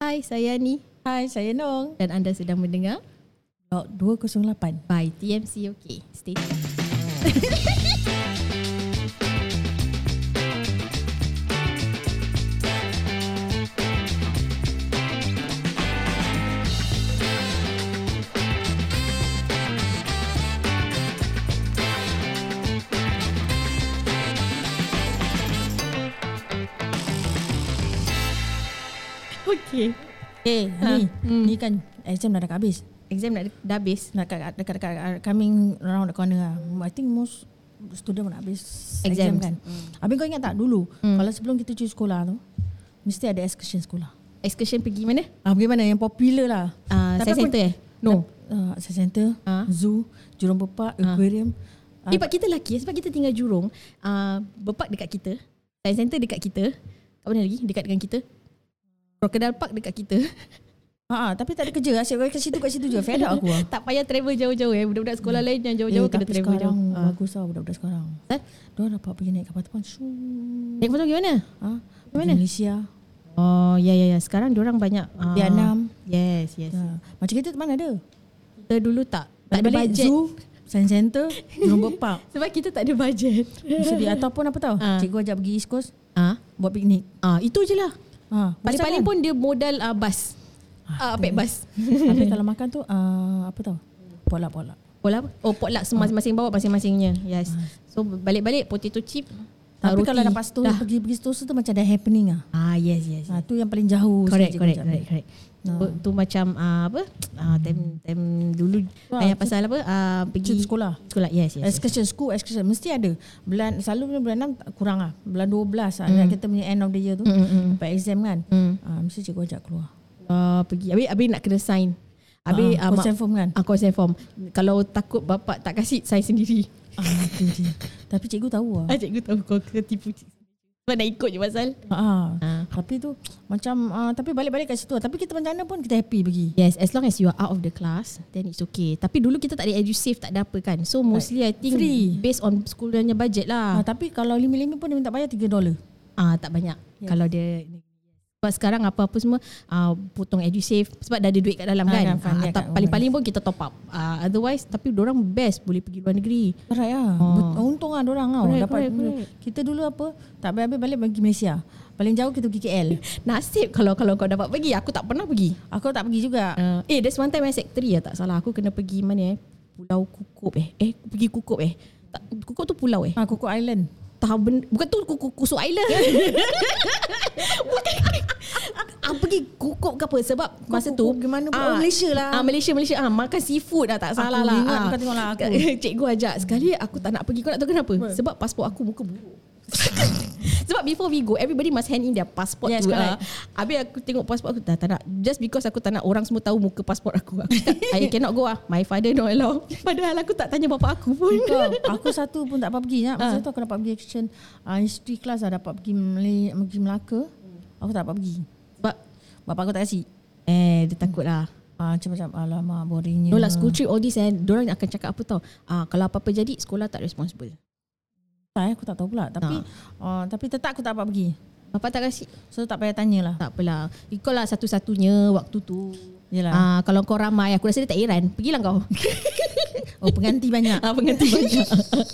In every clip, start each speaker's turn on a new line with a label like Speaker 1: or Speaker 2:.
Speaker 1: Hai, saya Ani
Speaker 2: Hai, saya Nong.
Speaker 1: dan anda sedang mendengar
Speaker 2: Blok 208.
Speaker 1: by TMC OK. Stay tuned. Okay.
Speaker 2: Eh,
Speaker 1: Ha.
Speaker 2: ni,
Speaker 1: Hmm.
Speaker 2: ni kan exam dah dekat habis.
Speaker 1: Exam nak dah habis.
Speaker 2: Nak dekat, dekat, dekat, dekat coming round the corner lah. I think most student nak habis
Speaker 1: Exams.
Speaker 2: exam,
Speaker 1: Hmm.
Speaker 2: kan. Mm. Habis kau ingat tak dulu, mm. kalau sebelum kita cuci sekolah tu, mesti ada excursion sekolah.
Speaker 1: Excursion pergi mana?
Speaker 2: Ah, bagaimana yang popular lah.
Speaker 1: Ah,
Speaker 2: Tapi
Speaker 1: science
Speaker 2: aku-
Speaker 1: centre eh? No.
Speaker 2: Uh, science center,
Speaker 1: Ah.
Speaker 2: zoo, Jurong Bepak, aquarium. Ah.
Speaker 1: Eh, sebab kita lelaki Sebab kita tinggal Jurong uh, Bepak dekat kita Science Centre dekat kita Kat mana lagi? Dekat dengan kita Crocodile Park dekat kita
Speaker 2: Ah, ah, tapi tak ada kerja. Asyik kau kat situ kat situ je. Fed up aku. lah.
Speaker 1: Tak payah travel jauh-jauh eh Budak-budak sekolah lain yang jauh-jauh
Speaker 2: eh,
Speaker 1: Kena
Speaker 2: tapi
Speaker 1: travel
Speaker 2: sekarang
Speaker 1: jauh
Speaker 2: jauh.
Speaker 1: uh.
Speaker 2: bagus lah budak-budak sekarang.
Speaker 1: Eh?
Speaker 2: Diorang dapat pergi naik kapal terbang. Shoo.
Speaker 1: Naik motor gimana?
Speaker 2: Ah,
Speaker 1: Mana?
Speaker 2: mana? Malaysia.
Speaker 1: Oh ya ya ya Sekarang diorang banyak uh,
Speaker 2: Vietnam.
Speaker 1: Yes yes
Speaker 2: Ha. Macam kita mana ada?
Speaker 1: Kita dulu tak Tak ada
Speaker 2: Balik
Speaker 1: bajet
Speaker 2: Zoo, Science Center, Jurong Bepak.
Speaker 1: Sebab kita tak ada bajet
Speaker 2: Sedih ataupun apa tahu?
Speaker 1: Ah.
Speaker 2: Cikgu ajak pergi East Coast
Speaker 1: Ah,
Speaker 2: buat piknik.
Speaker 1: ah Itu je lah
Speaker 2: Ha,
Speaker 1: Paling-paling pun dia modal uh, bus Ah, uh, pet bus
Speaker 2: Tapi kalau makan tu ah, apa tahu? Polak-polak.
Speaker 1: Bola apa? Ah. Oh potluck semua masing-masing bawa masing-masingnya. Yes. So balik-balik potato chip. ah,
Speaker 2: Tapi
Speaker 1: roti.
Speaker 2: kalau lepas tu
Speaker 1: Dah.
Speaker 2: pergi pergi Sentosa tu macam ada happening ah.
Speaker 1: Ah yes yes. yes.
Speaker 2: Ha, tu yang paling jauh.
Speaker 1: correct,
Speaker 2: sikit cikgu
Speaker 1: correct,
Speaker 2: ajak
Speaker 1: correct,
Speaker 2: pergi.
Speaker 1: correct. Tu, tu macam ah, apa? Ah time time dulu tanya pasal apa? Ah
Speaker 2: Cuti
Speaker 1: pergi
Speaker 2: sekolah.
Speaker 1: sekolah. Yes yes. yes.
Speaker 2: Excursion, school excursion mesti ada. Bulan selalu bulan- bulan 6 tak- kurang ah. Bulan 12 ah mm. kita punya end of the year tu.
Speaker 1: Mm, mm, mm.
Speaker 2: Dapat exam kan.
Speaker 1: Hmm.
Speaker 2: Ah, mesti cikgu ajak keluar.
Speaker 1: Ah, pergi habis habis nak kena sign. Habis
Speaker 2: Ah,
Speaker 1: ah, mak-
Speaker 2: consent form kan?
Speaker 1: Ah, consent form. Kalau takut bapak tak kasih sign sendiri.
Speaker 2: Ah, tu dia. Tapi cikgu tahu lah.
Speaker 1: Ah cikgu tahu kau ketipu. Sebab nak ikut je pasal.
Speaker 2: Ah,
Speaker 1: Ah.
Speaker 2: Tapi tu macam ah, tapi balik-balik kat situ. lah. Tapi kita macam mana pun kita happy pergi.
Speaker 1: Yes, as long as you are out of the class, then it's okay. Tapi dulu kita tak ada edusave, tak ada apa kan. So mostly I think
Speaker 2: Free.
Speaker 1: based on sekolahnya budget
Speaker 2: Ah.
Speaker 1: lah.
Speaker 2: tapi kalau lima-lima pun dia minta bayar 3 dolar.
Speaker 1: Ah tak banyak. Yes. Kalau dia sebab sekarang apa-apa semua ah, potong edusave sebab dah ada duit kat dalam
Speaker 2: Ah,
Speaker 1: kan.
Speaker 2: kan, fund
Speaker 1: Ah,
Speaker 2: dia
Speaker 1: tak-
Speaker 2: kat
Speaker 1: paling-paling pun kita top up. Ah, otherwise tapi orang best boleh pergi luar negeri.
Speaker 2: Right lah. Bet- Untung lah orang tau.
Speaker 1: ah. Oh. Correct,
Speaker 2: Dapat
Speaker 1: correct,
Speaker 2: dulu. Kita dulu apa? Tak habis-habis balik pergi Malaysia. Paling jauh kita pergi KL.
Speaker 1: Nasib kalau kalau kau dapat pergi, aku tak pernah pergi.
Speaker 2: Aku tak pergi juga.
Speaker 1: Uh, eh, there's one time I sec 3 lah tak salah. Aku kena pergi mana eh? Pulau Kukup eh. Eh, pergi Kukup eh. Tak, Kukup tu pulau eh.
Speaker 2: Ah, Coco Island.
Speaker 1: tahu ben- bukan tu kuku kusuk island. bukan. Ah, pergi kukup ke apa sebab masa tu
Speaker 2: Kukup gimana? Oh, Malaysia lah.
Speaker 1: Ah Malaysia Malaysia ah makan seafood dah tak salah lah.
Speaker 2: ingat,
Speaker 1: Ah.
Speaker 2: kau tengoklah aku.
Speaker 1: Cikgu ajak sekali aku tak nak pergi. Kau nak tahu kenapa? Sebab pasport aku muka buruk. Sebab before we go Everybody must hand in their passport
Speaker 2: Yes,
Speaker 1: tu
Speaker 2: correct.
Speaker 1: ah. Habis aku tengok passport aku Dah tak nak Just because aku tak nak Orang semua tahu muka passport aku, aku tak, I cannot go ah. My father not allow Padahal aku tak tanya bapak aku pun
Speaker 2: Kau, aku satu pun tak dapat pergi nak.
Speaker 1: Ah.
Speaker 2: Masa tu aku dapat pergi action uh, history class lah dapat pergi Malay, pergi Melaka. Aku tak dapat pergi.
Speaker 1: Sebab
Speaker 2: Bapak aku tak kasi.
Speaker 1: Eh dia takut lah
Speaker 2: Ah, macam-macam alamak boringnya.
Speaker 1: No lah school trip all this eh Diorang akan cakap apa tau ah, Kalau apa-apa jadi Sekolah tak responsible
Speaker 2: Tak, eh, aku tak tahu pula. Tapi ah. tapi tetap aku tak dapat pergi.
Speaker 1: Bapak tak kasi
Speaker 2: So tak payah lah. tanyalah.
Speaker 1: Tak apalah Kau lah satu-satunya Waktu tu
Speaker 2: Yalah.
Speaker 1: ah, Kalau kau ramai Aku rasa dia tak heran Pergilah kau
Speaker 2: Oh, pengganti banyak.
Speaker 1: ah, Pengantin Ah. banyak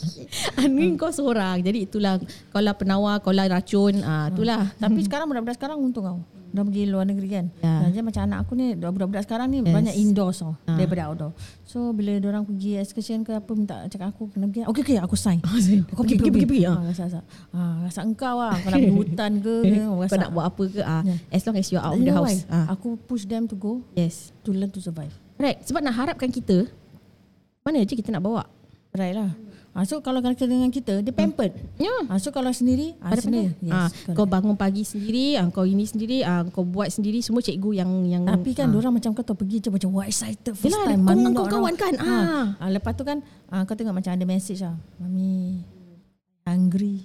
Speaker 1: Angin kau seorang Jadi itulah Kau lah penawar Kau lah racun ah, Itulah
Speaker 2: Tapi sekarang budak-budak sekarang untung kau. Dah pergi luar negeri kan.
Speaker 1: Ya.
Speaker 2: Yeah. Dan macam anak aku ni budak-budak sekarang ni yes. banyak indoors tau
Speaker 1: Ah.
Speaker 2: ha. daripada outdoor. So bila orang pergi excursion ke apa minta cakap aku kena pergi. Okey okey aku sign.
Speaker 1: Ah, sign.
Speaker 2: Aku
Speaker 1: Pergi, pergi, pergi,
Speaker 2: Ah, rasa rasa. Ah, rasa engkau ah kau nak pergi hutan ke rasa.
Speaker 1: Eh, Kau nak buat apa ke ah, As long as you're out of
Speaker 2: You
Speaker 1: the
Speaker 2: know
Speaker 1: house
Speaker 2: why?
Speaker 1: ah.
Speaker 2: Aku push them to go
Speaker 1: Yes
Speaker 2: to learn to survive.
Speaker 1: Right Sebab nak harapkan kita Mana je kita nak bawa
Speaker 2: Right lah. Ah, so kalau kita dengan kita dia pampered.
Speaker 1: Ya yeah.
Speaker 2: Ah, so kalau sendiri ah,
Speaker 1: Pada
Speaker 2: sendiri.
Speaker 1: yes, ah,
Speaker 2: correct.
Speaker 1: kau bangun pagi sendiri, ah, kau ini sendiri, ah, kau buat sendiri semua cikgu yang yang
Speaker 2: Tapi kan orang macam kau tahu pergi je macam wah excited first
Speaker 1: Oh, ah. Yelah,
Speaker 2: time.
Speaker 1: ada
Speaker 2: Mana
Speaker 1: kawan-
Speaker 2: nak
Speaker 1: kawan
Speaker 2: orang-
Speaker 1: kan?
Speaker 2: Ha. ha. Lepas tu kan ha, kau tengok macam ada message lah. Mami hungry.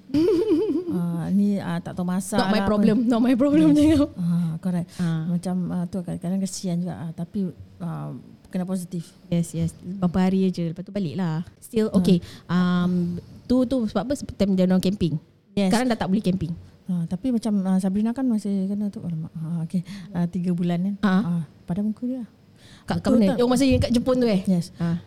Speaker 2: ha, ni ha, tak tahu masak
Speaker 1: not my
Speaker 2: lah apa.
Speaker 1: problem, not my problem cakap.
Speaker 2: Ha, correct. Ha.
Speaker 1: Ah.
Speaker 2: Macam ha, tu kadang-kadang kesian juga. Ha, tapi ha, kena positif.
Speaker 1: Yes, yes. Beberapa hari aje lepas tu balik lah. Ah. Still okay. Um tu tu sebab apa Sebab time dia orang camping.
Speaker 2: Yes.
Speaker 1: Sekarang dah tak boleh camping.
Speaker 2: Ha, Kan? tapi macam uh, Sabrina kan masih kena tu. Alamak. Ha, okay. Uh, tiga bulan kan.
Speaker 1: Ha.
Speaker 2: Ha, pada muka dia. lah.
Speaker 1: Kat, kat
Speaker 2: Betul
Speaker 1: mana?
Speaker 2: tak?
Speaker 1: Yang Oh, masa yang kat Jepun tu eh?
Speaker 2: Yes.
Speaker 1: Ha.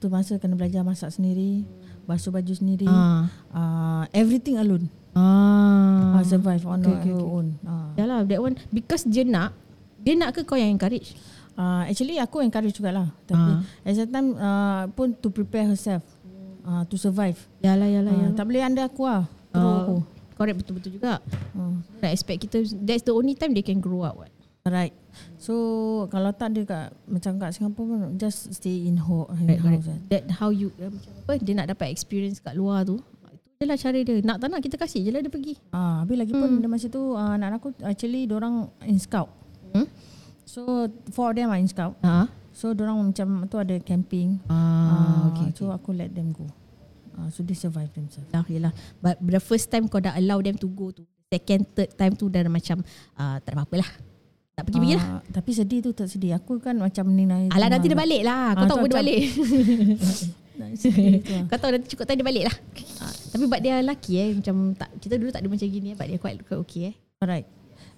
Speaker 2: Tu masa kena belajar masak sendiri. Basuh baju sendiri.
Speaker 1: Ha.
Speaker 2: Uh, everything alone.
Speaker 1: Ah.
Speaker 2: Uh, survive on
Speaker 1: Okay, okay,
Speaker 2: okay, your own. Uh.
Speaker 1: Yalah that one because dia nak dia nak ke kau yang encourage?
Speaker 2: Uh, actually aku encourage jugalah.
Speaker 1: Ah.
Speaker 2: Tapi uh. at the time uh, pun to prepare herself. Uh, to survive.
Speaker 1: Yalah yalah
Speaker 2: Uh, tak boleh anda aku lah. Terus
Speaker 1: Lah, ya Ah.
Speaker 2: aku.
Speaker 1: Correct betul-betul juga.
Speaker 2: Uh.
Speaker 1: Nak expect kita that's the only time they can grow up what.
Speaker 2: Right. So kalau tak dia kat macam kat Singapura pun just stay in, ho- in
Speaker 1: Right,
Speaker 2: house. eh.
Speaker 1: correct.
Speaker 2: Right.
Speaker 1: That how you uh, macam apa dia nak dapat experience kat luar tu. Itu je lah cara dia. Nak tak nak kita kasih je lah dia pergi.
Speaker 2: Ah, habis lagi pun hmm. masa tu ah, anak aku actually orang in scout.
Speaker 1: Hmm?
Speaker 2: So four of them are in scout.
Speaker 1: Ha.
Speaker 2: So orang macam tu ada camping.
Speaker 1: Ah,
Speaker 2: Ah, okay, So aku let them go. Ah, so they survive themselves.
Speaker 1: Dah yelah But the first time kau dah allow them to go tu Second, third time tu dah macam uh, Tak ada apa-apa lah Tak pergi-pergi lah
Speaker 2: Ah, tapi sedih tu tak sedih. Aku kan macam ni naik.
Speaker 1: Alah nanti dia balik lah Kau
Speaker 2: Ah,
Speaker 1: tahu
Speaker 2: tu
Speaker 1: pun dia
Speaker 2: macam-
Speaker 1: balik
Speaker 2: sedih tu lah.
Speaker 1: Kau tahu nanti cukup time dia balik lah Ah, Tapi but dia lelaki eh Macam tak, kita dulu tak ada macam gini eh But dia quite, quite okay eh
Speaker 2: Alright.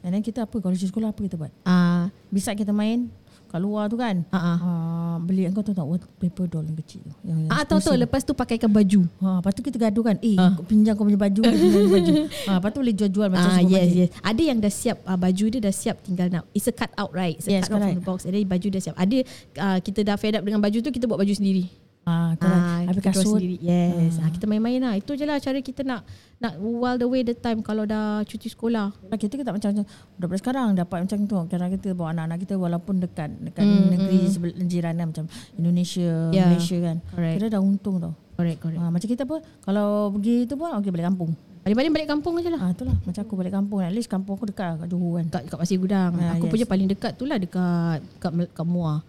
Speaker 2: And then kita apa kalau cuci sekolah apa kita buat?
Speaker 1: Ah,
Speaker 2: Bisa kita main kat luar tu kan.
Speaker 1: ah, ah.
Speaker 2: Ah, beli kau tahu tak paper doll yang kecil tu. Yang, yang
Speaker 1: Ah, tahu tahu Ah. lepas tu pakaikan baju.
Speaker 2: Ha, lepas tu kita gaduh kan. Eh, ha. pinjam kau punya baju, aku pinjam baju. Ha, lepas tu boleh jual-jual macam
Speaker 1: Ah, yes,
Speaker 2: supermarket.
Speaker 1: yes. Ada yang dah siap ah, baju dia dah siap tinggal nak. It's a cut out right. It's a
Speaker 2: Yes,
Speaker 1: cut out from
Speaker 2: correct.
Speaker 1: the box. Ada baju dah siap. Ada ah, kita dah fed up dengan baju tu kita buat baju sendiri.
Speaker 2: Ha, correct.
Speaker 1: Ah,
Speaker 2: Habis
Speaker 1: kita jual
Speaker 2: kasut.
Speaker 1: sendiri. Yes. Ah. kita main-main lah. Itu je lah cara kita nak nak while the way the time kalau dah cuti sekolah.
Speaker 2: Kita kita macam macam budak-budak sekarang dapat macam tu. Kadang kita bawa anak-anak kita walaupun dekat dekat
Speaker 1: Hmm,
Speaker 2: mm, negeri mm. sebelah jiran kan, macam Indonesia,
Speaker 1: Yeah.
Speaker 2: yeah. Malaysia kan.
Speaker 1: Ya. Correct.
Speaker 2: Kita dah untung tau.
Speaker 1: Correct, correct.
Speaker 2: Ha, macam kita apa? Kalau pergi tu pun okey balik kampung.
Speaker 1: Paling-paling balik kampung je lah.
Speaker 2: Ha, itulah macam aku balik kampung. At least kampung aku dekat lah, kat Johor kan.
Speaker 1: Kat, kat Pasir Gudang.
Speaker 2: Ah,
Speaker 1: Aku
Speaker 2: yes.
Speaker 1: punya paling dekat tu lah dekat kat, Mel- kat Muar.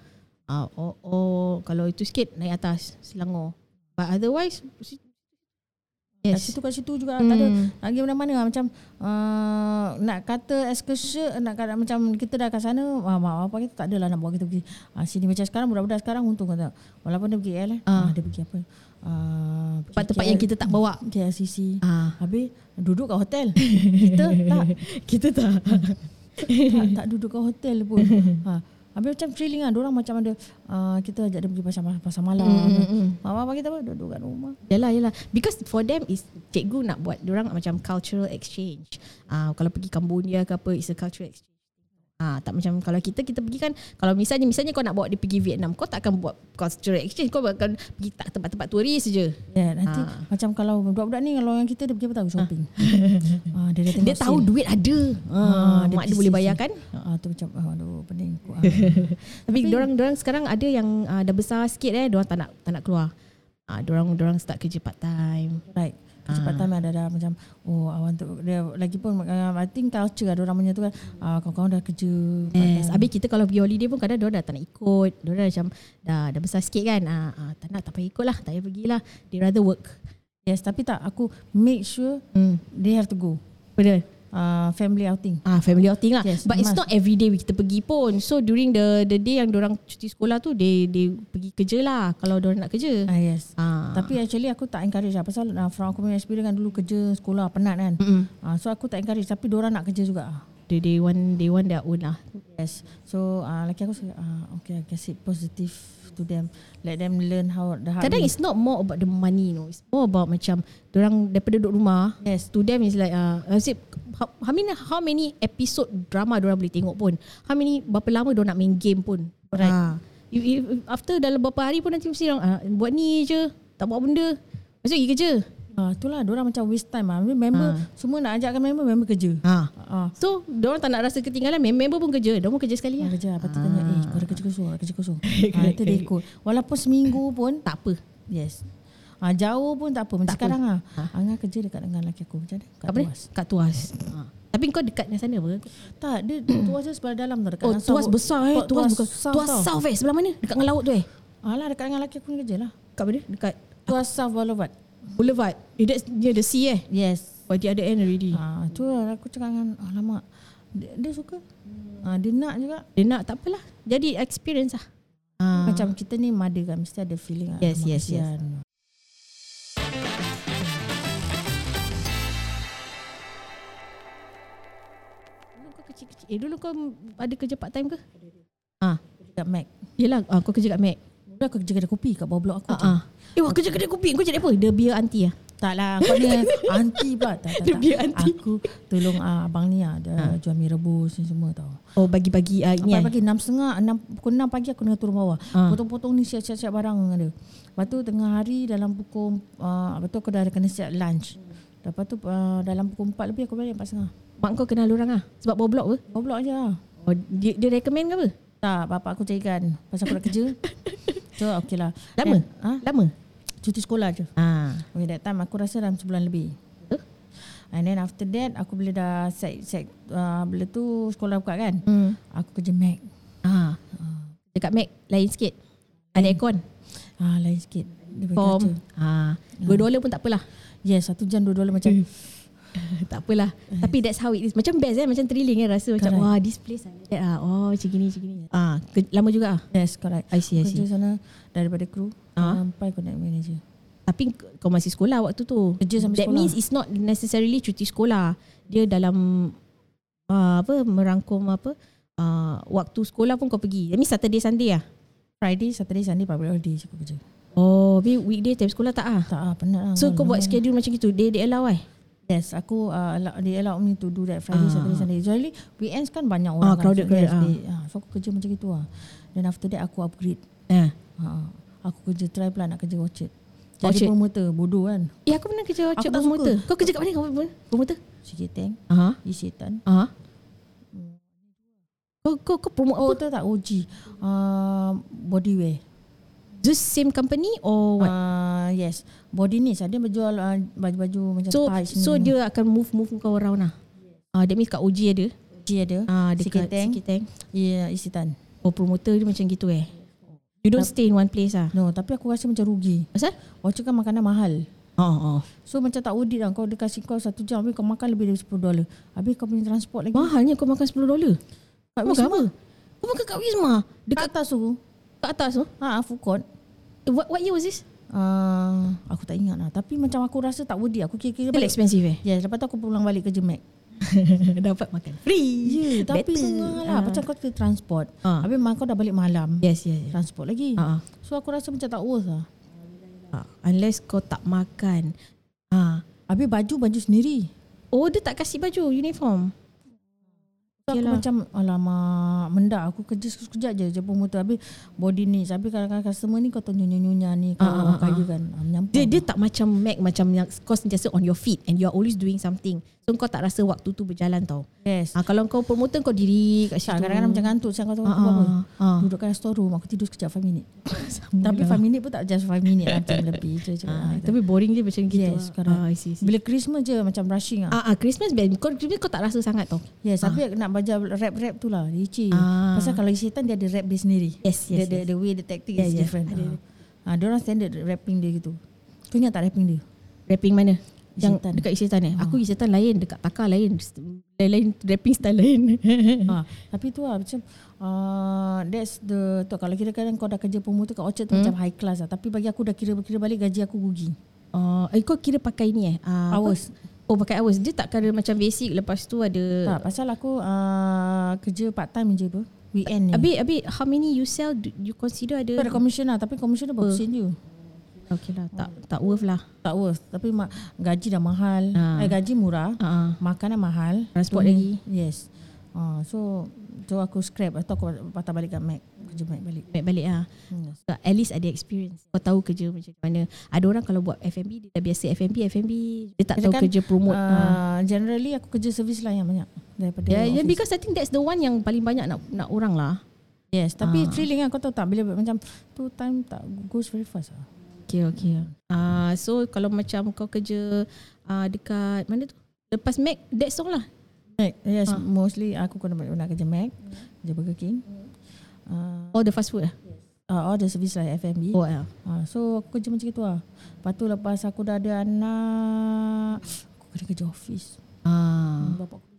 Speaker 1: Ah, oh, oh, kalau itu sikit naik atas Selangor. But otherwise si-
Speaker 2: Kat
Speaker 1: Yes. Hmm.
Speaker 2: situ kat situ juga mm. tak ada lagi mana-mana lah. macam uh, nak kata excursion nak kata macam kita dah kat sana ah, mak bapak kita tak adalah nak bawa kita pergi ah, sini macam sekarang budak-budak sekarang untung kata walaupun dia pergi KL eh,
Speaker 1: Ah.
Speaker 2: ah. dia pergi apa ah, pergi
Speaker 1: Tempat-tempat
Speaker 2: KL,
Speaker 1: yang kita tak bawa.
Speaker 2: KLCC
Speaker 1: Ah.
Speaker 2: habis duduk kat hotel kita tak
Speaker 1: Kita tak.
Speaker 2: tak, tak duduk kat hotel pun ha. Habis macam thrilling lah Diorang macam ada uh, Kita ajak dia pergi pasar, pasar
Speaker 1: Mm,
Speaker 2: malam mm-hmm. Mak bapak kita apa Duduk kat rumah
Speaker 1: Yalah yalah Because for them is Cikgu nak buat Diorang nak macam cultural exchange Ah, Kalau pergi Cambodia ke apa It's a cultural exchange Ah, tak macam kalau kita kita pergi kan kalau misalnya misalnya kau nak bawa dia pergi Vietnam kau tak akan buat cultural exchange kau akan pergi tak tempat-tempat turis je
Speaker 2: Yeah, nanti
Speaker 1: Ah.
Speaker 2: macam kalau budak-budak ni kalau yang kita dia pergi apa tahu shopping. Ah. dia dah tengok
Speaker 1: dia tahu duit ada ah, mak dia boleh bayarkan
Speaker 2: Ah tu macam ah, aduh pening aku. Ah.
Speaker 1: tapi diorang diorang sekarang ada yang ah, dah besar sikit eh diorang tak nak tak nak keluar ah, diorang diorang start kerja part time
Speaker 2: right.
Speaker 1: Ah.
Speaker 2: Kecepatan ada dah macam oh awan tu dia lagi pun uh, I think culture ada orang punya tu kan ah, kawan-kawan dah kerja
Speaker 1: Yes. Habis kita kalau pergi holiday pun kadang diorang dah tak nak ikut. Diorang dah macam dah, dah besar sikit kan. Ah, ah, tak nak tak payah ikut lah. Tak payah pergilah. They rather work.
Speaker 2: yes tapi tak aku make sure
Speaker 1: Hmm.
Speaker 2: they have to go
Speaker 1: Betul.
Speaker 2: uh, family outing
Speaker 1: Ah, family outing lah. Yes,
Speaker 2: Yes,
Speaker 1: But it's
Speaker 2: must.
Speaker 1: not every day kita pergi pun. So during the the day yang diorang cuti sekolah tu, they they pergi kerja lah. Kalau diorang nak kerja.
Speaker 2: ah yes
Speaker 1: Ah.
Speaker 2: Tapi actually aku tak encourage lah Pasal uh, from aku punya experience kan dulu kerja sekolah penat kan
Speaker 1: Mm-mm.
Speaker 2: uh, So aku tak encourage Tapi diorang nak kerja juga ah.
Speaker 1: They, they want they want their own lah.
Speaker 2: Yes. So uh, laki aku cakap, uh, okay, I can say positive to them. Let them learn how the hard
Speaker 1: Kadang
Speaker 2: way.
Speaker 1: it's not more about the money, no. It's more about macam diorang daripada duduk rumah,
Speaker 2: yes.
Speaker 1: to them is like uh, I said, how, how many how many episode drama orang boleh tengok pun how many berapa lama orang nak main game pun
Speaker 2: Right.
Speaker 1: Ah. you, you, after dalam beberapa hari pun nanti mesti orang uh, buat ni je tak buat benda Lepas tu pergi kerja
Speaker 2: Ah, uh, itulah orang macam waste time. Ah. Member
Speaker 1: Ah.
Speaker 2: semua nak ajakkan member member kerja.
Speaker 1: ha.
Speaker 2: Ah. Uh,
Speaker 1: so orang tak nak rasa ketinggalan mem- member pun kerja orang pun kerja sekali lah
Speaker 2: kerja apa tu tanya eh kau ada kerja kosong ada kerja kosong ah, itu dia ikut walaupun seminggu pun
Speaker 1: tak apa
Speaker 2: yes ah, jauh pun tak apa macam sekarang ah
Speaker 1: Ha.
Speaker 2: Angah kerja dekat dengan laki aku macam mana
Speaker 1: kat
Speaker 2: kat
Speaker 1: mana
Speaker 2: tuas
Speaker 1: kat tuas ha. tapi kau dekat dengan sana apa
Speaker 2: tak dia tuas dia sebelah dalam tau dekat
Speaker 1: oh
Speaker 2: dengan
Speaker 1: tuas
Speaker 2: Sabuk.
Speaker 1: besar eh
Speaker 2: Tu-
Speaker 1: tuas bukan
Speaker 2: South
Speaker 1: tuas
Speaker 2: tau.
Speaker 1: south eh sebelah mana dekat dengan laut tu eh
Speaker 2: alah dekat dengan laki aku ni kerja lah
Speaker 1: kat mana dekat
Speaker 2: tuas
Speaker 1: Ah.
Speaker 2: South Boulevard
Speaker 1: boulevard eh, that's near the sea eh
Speaker 2: yes
Speaker 1: by the other end already
Speaker 2: Ah, tu lah aku cakap dengan alamak dia, dia suka. Ah, dia nak juga.
Speaker 1: Dia nak tak apalah Jadi experience lah
Speaker 2: Ah. Macam kita ni mother kan mesti ada feeling ah,
Speaker 1: Yes,
Speaker 2: alamak,
Speaker 1: yes, yes.
Speaker 2: kesian.
Speaker 1: kecil-kecil. Eh dulu kau ada kerja part time ke?
Speaker 2: Ah, kat Mac.
Speaker 1: Yelah ah, kau kerja kat Mac.
Speaker 2: Dulu aku kerja kedai kopi kat bawah blok aku.
Speaker 1: Ah, ah. Eh wah kerja kedai kopi. Kau jadi apa? The beer auntie ah.
Speaker 2: Taklah kau ni anti pula. Tak, tak,
Speaker 1: Dia
Speaker 2: tak.
Speaker 1: biar aunty.
Speaker 2: Aku tolong ah, abang ni ah, dia jual mie rebus ni semua tau.
Speaker 1: Oh bagi-bagi ah,
Speaker 2: Apa
Speaker 1: ni.
Speaker 2: yeah.
Speaker 1: Apa,
Speaker 2: pagi 6.30 6, Pukul 6 pagi aku kena turun bawah
Speaker 1: Ah.
Speaker 2: Potong-potong ni siap-siap barang dengan dia Lepas tu tengah hari dalam pukul uh, Lepas tu aku dah kena siap lunch Lepas tu uh, dalam pukul 4 lebih aku balik 4.30
Speaker 1: Mak kau kenal orang ah. Sebab bawa blok ke?
Speaker 2: Kau blok je lah
Speaker 1: Oh dia, dia recommend ke apa?
Speaker 2: Tak, bapak aku carikan Pasal aku nak kerja So okey lah
Speaker 1: Lama?
Speaker 2: Dan, ha?
Speaker 1: Lama.
Speaker 2: Cuti sekolah je
Speaker 1: Ah.
Speaker 2: Okay that time aku rasa dalam sebulan lebih
Speaker 1: Huh?
Speaker 2: And then after that Aku bila dah set, set uh, Bila tu sekolah buka kan
Speaker 1: Hmm.
Speaker 2: Aku kerja Mac
Speaker 1: Ah. Dekat Mac lain sikit. Ada aircon.
Speaker 2: ah, Lain sikit Dia bagi
Speaker 1: Form.
Speaker 2: kerja.
Speaker 1: Ah. Dua dolar pun tak apalah.
Speaker 2: Yes, satu jam dua dolar
Speaker 1: Hmm.
Speaker 2: macam
Speaker 1: tak apalah. Tapi that's how it is. Macam best eh. Macam thrilling eh. Rasa macam
Speaker 2: Correct.
Speaker 1: wah this place. I like that Ah. Oh macam gini macam gini. Ah. Ke, lama juga ah.
Speaker 2: Yes, correct.
Speaker 1: I see, I see.
Speaker 2: Kerja sana daripada kru
Speaker 1: Ah.
Speaker 2: uh-huh. sampai kau naik manager.
Speaker 1: Tapi k- kau masih sekolah waktu tu.
Speaker 2: Kerja sampai
Speaker 1: That
Speaker 2: sekolah.
Speaker 1: means it's not necessarily cuti sekolah. Dia dalam uh, apa merangkum apa uh, waktu sekolah pun kau pergi. That means Saturday Sunday ah.
Speaker 2: Friday, Saturday, Sunday public holiday je aku kerja.
Speaker 1: Oh, tapi weekday time sekolah tak ah.
Speaker 2: Tak ah, penat lah.
Speaker 1: So
Speaker 2: Kalau
Speaker 1: kau buat
Speaker 2: lama-
Speaker 1: schedule macam gitu. Dia dia allow eh.
Speaker 2: Yes, aku uh, allow, they allow me to do that Friday,
Speaker 1: Ah.
Speaker 2: Saturday, Sunday. Usually weekends kan banyak orang. kan.
Speaker 1: crowded,
Speaker 2: so,
Speaker 1: crowded,
Speaker 2: yes,
Speaker 1: ah.
Speaker 2: They, ah, so aku kerja macam gitu lah. Then after that aku upgrade.
Speaker 1: Ha.
Speaker 2: Ha, aku kerja try pula nak kerja orchard.
Speaker 1: Orchard.
Speaker 2: Jadi promoter, bodoh kan.
Speaker 1: Eh aku pernah kerja
Speaker 2: Aku
Speaker 1: cakap
Speaker 2: tak
Speaker 1: promoter.
Speaker 2: suka.
Speaker 1: Kau kerja kat mana? Kau pun promoter?
Speaker 2: Sikit tank,
Speaker 1: Ha.
Speaker 2: isetan.
Speaker 1: Ha. Kau kau kau promote
Speaker 2: Oh,
Speaker 1: apa?
Speaker 2: betul tak OG? Uh, bodywear.
Speaker 1: Just same company or what?
Speaker 2: Uh, yes. Body ni ada berjual uh, baju-baju macam
Speaker 1: so
Speaker 2: tights
Speaker 1: so
Speaker 2: ni.
Speaker 1: dia akan move move kau around lah. Ah, that means kat OG ada.
Speaker 2: OG ada.
Speaker 1: Ah,
Speaker 2: sikit
Speaker 1: dekat
Speaker 2: tank.
Speaker 1: Sikiteng.
Speaker 2: Ya, yeah, isitan.
Speaker 1: Oh promoter dia macam gitu eh You don't stay in one place ah
Speaker 2: No, tapi aku rasa macam rugi.
Speaker 1: Pasal?
Speaker 2: Voucher kan makanan mahal.
Speaker 1: Oh, oh.
Speaker 2: So macam tak audit lah. Kau dia kasih kau satu jam. Habis kau makan lebih dari $10. Habis kau punya transport lagi.
Speaker 1: Mahalnya kau makan 10 dolar
Speaker 2: Kat
Speaker 1: Kau makan apa? Kau makan kat Wisma Dekat
Speaker 2: Dekat atas tu.
Speaker 1: kat atas tu
Speaker 2: Ha, food court.
Speaker 1: Eh, What, what year was this?
Speaker 2: Uh, aku tak ingat lah. Tapi macam aku rasa tak worth it. Aku kira-kira
Speaker 1: Still
Speaker 2: balik.
Speaker 1: expensive eh
Speaker 2: Yes, lepas tu aku pulang balik kerja Mac.
Speaker 1: Dapat makan free
Speaker 2: Ya, yeah, tapi mengah lah. Macam kau kena transport.
Speaker 1: Ah.
Speaker 2: Habis mak kau dah balik malam.
Speaker 1: Yes, yes, yes.
Speaker 2: Transport lagi.
Speaker 1: Ah, ah.
Speaker 2: So aku rasa macam tak worth lah.
Speaker 1: Ah, Unless kau tak makan ah.
Speaker 2: Habis baju-baju sendiri.
Speaker 1: Oh dia tak kasih baju uniform
Speaker 2: So aku
Speaker 1: Yelah.
Speaker 2: macam Alamak Mendak aku kerja sekejap je Jepun motor Habis body ni Habis kadang-kadang customer ni Kau tu nyonya-nyonya ni
Speaker 1: Ah,
Speaker 2: Kau
Speaker 1: ah,
Speaker 2: orang
Speaker 1: ah,
Speaker 2: kaya kan ah, Menyampang
Speaker 1: dia, dia tak macam Mac Macam yang kau sentiasa on your feet And you are always doing something So kau tak rasa waktu tu berjalan tau
Speaker 2: Yes
Speaker 1: ah, Kalau kau promoter kau diri kat situ
Speaker 2: Tak, kadang-kadang macam ngantuk Sekarang kau tahu
Speaker 1: Ah,
Speaker 2: aku buat apa
Speaker 1: ah, ah. lah.
Speaker 2: Duduk kat restoran room Aku tidur sekejap 5 minit Tapi 5 minit pun tak just 5 minit lah Macam lebih je cakap, ah,
Speaker 1: Ah,
Speaker 2: gitu.
Speaker 1: tapi boring dia macam gitu.
Speaker 2: Yes, correct.
Speaker 1: Ah, I see, I see.
Speaker 2: Bila Christmas je Macam rushing lah
Speaker 1: Ah, ah, Christmas band. Kau Christmas kau tak rasa sangat tau.
Speaker 2: Yes, tapi nak baca rap-rap tu lah Licin
Speaker 1: Ah.
Speaker 2: Pasal kalau setan Dia ada rap dia sendiri
Speaker 1: Yes,
Speaker 2: the,
Speaker 1: yes,
Speaker 2: the,
Speaker 1: yes.
Speaker 2: the way the tactic
Speaker 1: Yeah,
Speaker 2: is
Speaker 1: yeah.
Speaker 2: different yeah. Ah, Dia orang standard rapping dia gitu Kau ingat tak rapping dia?
Speaker 1: Rapping mana? Yang
Speaker 2: Isetan.
Speaker 1: dekat Isetan eh. Aku Isetan lain, dekat Taka lain, lain-lain rapping style lain. Hmm.
Speaker 2: ha, tapi tu lah macam uh, that's the tu kalau kira kadang kau dah kerja promoter kat Orchard tu hmm. macam high class lah tapi bagi aku dah kira kira balik gaji aku rugi
Speaker 1: Oh, eh, kau kira pakai ni eh? Ah, apa?
Speaker 2: hours
Speaker 1: Oh, pakai hours. Dia tak kira macam basic lepas tu ada
Speaker 2: tak Ah, pasal aku uh, kerja part time je apa weekend ni
Speaker 1: Abi, abi, how many you sell do you consider
Speaker 2: tu
Speaker 1: ada?
Speaker 2: ada commission lah tapi commission dia
Speaker 1: Hmm.
Speaker 2: berpesin je
Speaker 1: Okay lah, tak tak worth lah.
Speaker 2: tak worth tapi mak, gaji dah mahal
Speaker 1: Ah.
Speaker 2: eh, gaji murah
Speaker 1: Ah,
Speaker 2: makanan mahal
Speaker 1: Transport
Speaker 2: Tu ni-
Speaker 1: lagi.
Speaker 2: yes uh, so so aku scrap atau aku patah balik kat Mac kerja Mac balik
Speaker 1: baik balik ah.
Speaker 2: hmm.
Speaker 1: So, at least ada experience. Kau tahu kerja macam mana. Ada orang kalau buat F&B dia dah biasa F&B, F&B dia tak
Speaker 2: Dia
Speaker 1: tahu
Speaker 2: kan,
Speaker 1: kerja promote. Ah.
Speaker 2: Uh, generally aku kerja service lah yang banyak daripada
Speaker 1: Yeah, yeah,
Speaker 2: office.
Speaker 1: because I think that's the one yang paling banyak nak nak orang lah.
Speaker 2: Yes, tapi thrilling kan kau tahu tak bila macam tu time tak goes very fast ah.
Speaker 1: Okay, okay. Ah, uh, so kalau macam kau kerja uh, dekat mana tu? Lepas Mac, that's all lah.
Speaker 2: Mac, yes, mostly aku kena nak kerja Mac, kerja Burger King. Uh,
Speaker 1: All the fast food lah.
Speaker 2: uh, all the service lah F&B.
Speaker 1: Oh, yeah.
Speaker 2: Uh, so aku kerja macam itu lah. Lepas tu lepas aku dah ada anak, aku kena kerja office.
Speaker 1: Ah.
Speaker 2: Bapak aku.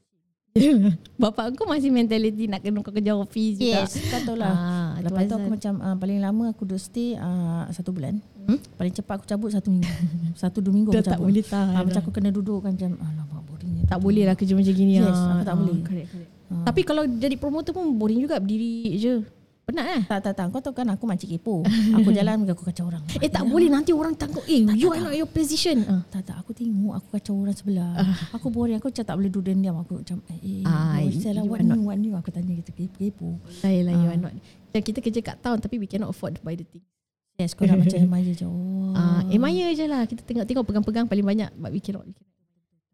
Speaker 1: Bapak kau masih mentality nak kena kau kerja office
Speaker 2: Yes,
Speaker 1: juga.
Speaker 2: kau tahu lah.
Speaker 1: Ah,
Speaker 2: Lepas tu aku
Speaker 1: Azan.
Speaker 2: macam uh, paling lama aku duduk stay uh, satu bulan.
Speaker 1: Hmm?
Speaker 2: Paling cepat aku cabut satu minggu. satu dua minggu
Speaker 1: Dah
Speaker 2: aku
Speaker 1: tak
Speaker 2: cabut.
Speaker 1: boleh tahan
Speaker 2: Ah, macam
Speaker 1: dah.
Speaker 2: aku kena duduk kan macam alamak boringnya.
Speaker 1: tak boleh lah kerja macam gini.
Speaker 2: Yes,
Speaker 1: ah.
Speaker 2: aku tak boleh.
Speaker 1: Correct, correct. Hmm. Tapi kalau jadi promoter pun boring juga berdiri je. Penat lah.
Speaker 2: Tak tak tak Kau tahu kan aku makcik kepo Aku jalan aku kacau orang
Speaker 1: Eh tak boleh nanti orang tangkap eh you are not your position. Ah.
Speaker 2: Tak tak aku tengok Aku kacau orang sebelah Aku boring Aku macam tak boleh duduk diam Aku macam Eh
Speaker 1: Ah,
Speaker 2: ah, Salah
Speaker 1: you
Speaker 2: what
Speaker 1: are
Speaker 2: new What new Aku tanya kita kepo
Speaker 1: Lain lah you are not. Macam kita kerja kat town tapi we cannot afford to buy the thing.
Speaker 2: Yes kau nak macam remaja je oh.
Speaker 1: Ah, uh, admire je lah kita tengok-tengok pegang-pegang paling banyak but we cannot. we cannot.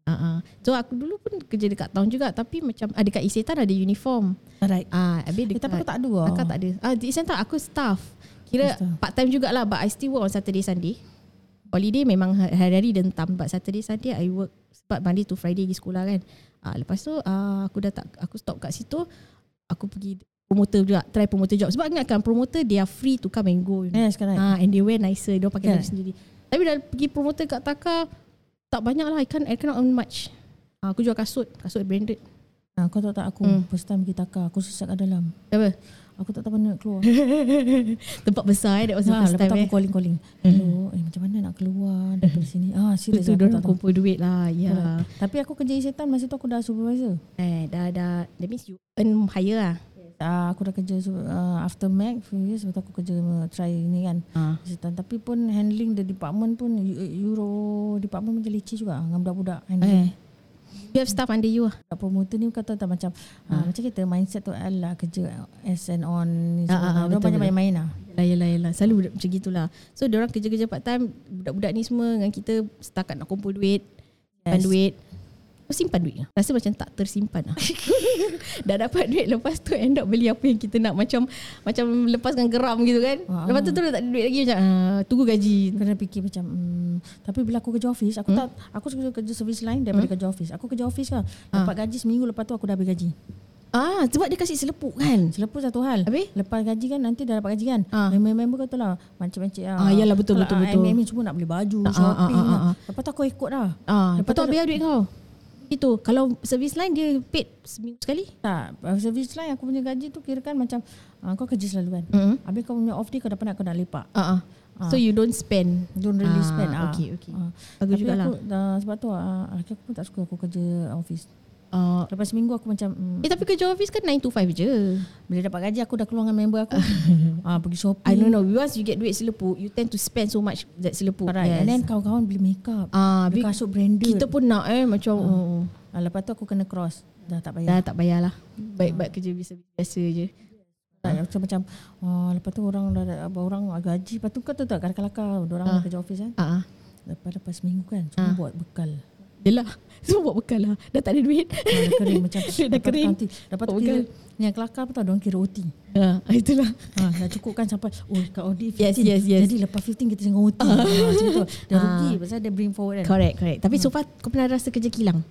Speaker 1: Ah, ah. So aku dulu pun kerja dekat town juga tapi macam ada dekat Isetan ada uniform.
Speaker 2: Right
Speaker 1: Ah, uh, habis
Speaker 2: eh,
Speaker 1: dekat
Speaker 2: Tapi aku tak ada lah.
Speaker 1: Takkan tak ada. Ah, di Isetan aku staff. Kira
Speaker 2: Staff.
Speaker 1: part time jugalah but I still work on Saturday Sunday. Holiday memang hari-hari dentam but Saturday Sunday I work sebab Monday to Friday pergi sekolah kan. Ah, lepas tu ah, aku dah tak aku stop kat situ aku pergi promoter juga try promoter job sebab ingatkan promoter they are free to come and go. You know.
Speaker 2: Yes correct
Speaker 1: Ah, and they wear nicer. Dia pakai baju
Speaker 2: Kan?
Speaker 1: sendiri. Tapi dah pergi promoter kat Taka tak banyak lah. I can't, I cannot earn much. Ah, aku jual kasut, kasut branded.
Speaker 2: Ah, kau tahu tak aku
Speaker 1: Hmm.
Speaker 2: hmm. first time pergi Taka aku sesak kat dalam.
Speaker 1: Apa?
Speaker 2: Aku tak tahu mana nak keluar.
Speaker 1: Tempat besar eh. That was the
Speaker 2: ha,
Speaker 1: first time
Speaker 2: lepas tu
Speaker 1: eh. Hmm.
Speaker 2: aku calling calling. Hello, eh, macam mana nak keluar daripada sini? Ah,
Speaker 1: Tu,
Speaker 2: serius
Speaker 1: tu
Speaker 2: aku tak
Speaker 1: dorang
Speaker 2: tahu.
Speaker 1: kumpul duit lah. Ya. Yeah.
Speaker 2: Correct. Tapi aku kerja setan masa tu aku dah supervisor.
Speaker 1: Eh, dah, dah. That means you earn higher lah.
Speaker 2: Ah, aku dah kerja su- ah, after Mac few years lepas tu aku kerja uh, try ni kan.
Speaker 1: Ah.
Speaker 2: Setan tapi pun handling the department pun eu- euro department macam leceh juga dengan budak-budak
Speaker 1: Eh.
Speaker 2: handling.
Speaker 1: You have staff under you lah.
Speaker 2: Budak promoter ni kata tak macam
Speaker 1: Hmm.
Speaker 2: ah, macam kita mindset tu ala kerja as and on ni
Speaker 1: Ah, ah, ah,
Speaker 2: semua. Dia
Speaker 1: betul,
Speaker 2: banyak
Speaker 1: betul.
Speaker 2: main-main lah.
Speaker 1: Yalah, yalah, yalah. ya, Selalu budak macam gitulah. So, orang kerja-kerja part time, budak-budak ni semua dengan kita setakat nak kumpul duit, simpan
Speaker 2: Yes.
Speaker 1: duit. Kau simpan duit lah. Rasa macam tak tersimpan lah. Dah dapat duit, lepas tu end up beli apa yang kita nak. Macam macam lepas dengan geram gitu kan.
Speaker 2: Ah.
Speaker 1: Lepas tu tu dah tak ada duit lagi macam, ah, tunggu gaji.
Speaker 2: kena fikir macam hmm, tapi bila aku kerja office aku hmm? tak aku suka kerja service line daripada hmm? kerja office aku kerja office lah dapat gaji seminggu lepas tu aku dah habis gaji
Speaker 1: Ah, sebab dia kasih selepuk kan.
Speaker 2: selepas satu hal
Speaker 1: Habis?
Speaker 2: lepas gaji kan nanti dah dapat gaji kan
Speaker 1: Ah.
Speaker 2: member-member kata lah macam-macam
Speaker 1: Ah, yalah, betul,
Speaker 2: kalau,
Speaker 1: betul,
Speaker 2: ah,
Speaker 1: betul.
Speaker 2: MME semua nak beli baju
Speaker 1: Ah, ah,
Speaker 2: shopping
Speaker 1: ah, ah,
Speaker 2: lah.
Speaker 1: ah.
Speaker 2: lepas tu aku ikut lah
Speaker 1: Ah, lepas tu
Speaker 2: tu
Speaker 1: habis lah duit kau. Itu. Kalau service line dia paid seminggu sekali.
Speaker 2: tak ah, service line aku punya gaji tu kira kan macam ah, kau kerja selalu kan
Speaker 1: Mm-hmm.
Speaker 2: habis kau punya off day kau dah penat kau nak lepak
Speaker 1: Ah, ah. So, you don't spend.
Speaker 2: Don't really
Speaker 1: Ah,
Speaker 2: spend ah.
Speaker 1: okay, okay.
Speaker 2: Ah.
Speaker 1: Bagus
Speaker 2: Tapi
Speaker 1: jugalah.
Speaker 2: aku dah, Sebab tu ah, Laki aku pun tak suka Aku kerja office
Speaker 1: Ah,
Speaker 2: Lepas seminggu aku macam
Speaker 1: Eh
Speaker 2: hmm,
Speaker 1: tapi kerja office kan 9 to 5 je.
Speaker 2: Bila dapat gaji aku dah keluar dengan member aku. ah pergi shopping.
Speaker 1: I don't know. Once you get duit selepuk, you tend to spend so much that selepuk.
Speaker 2: Right. Yes. And then kawan-kawan beli makeup.
Speaker 1: Ah,
Speaker 2: beli
Speaker 1: big-
Speaker 2: kasut branded.
Speaker 1: kita pun nak eh macam oh,
Speaker 2: ah, lepas tu aku kena cross. Dah tak
Speaker 1: dah
Speaker 2: payah.
Speaker 1: tak payahlah. Baik-baik kerja biasa biasa je.
Speaker 2: Tak, macam macam ah, lepas tu orang dah dah- orang ah, gaji. Lepas tu kau tahu tak kadang-kadang orang
Speaker 1: Ah. kerja
Speaker 2: kerja office kan.
Speaker 1: Ha ah.
Speaker 2: Lepas lepas seminggu kan cuma buat bekal.
Speaker 1: Yelah Semua buat bekal lah Dah tak ada duit
Speaker 2: Ah, dah kering macam
Speaker 1: Dah
Speaker 2: lepas tu
Speaker 1: kering.
Speaker 2: nanti- Lepas tu
Speaker 1: Buat
Speaker 2: kira
Speaker 1: bekal.
Speaker 2: ni yang kelakar apa tau Diorang kira OT
Speaker 1: ha, Itulah
Speaker 2: ha, Dah cukup kan sampai Oh kat OT 15
Speaker 1: Yes, yes, yes.
Speaker 2: Jadi lepas 15 kita sengah OT ah, Macam tu Dah rugi Pasal dia bring forward kan
Speaker 1: Correct correct Tapi so far kau pernah rasa kerja kilang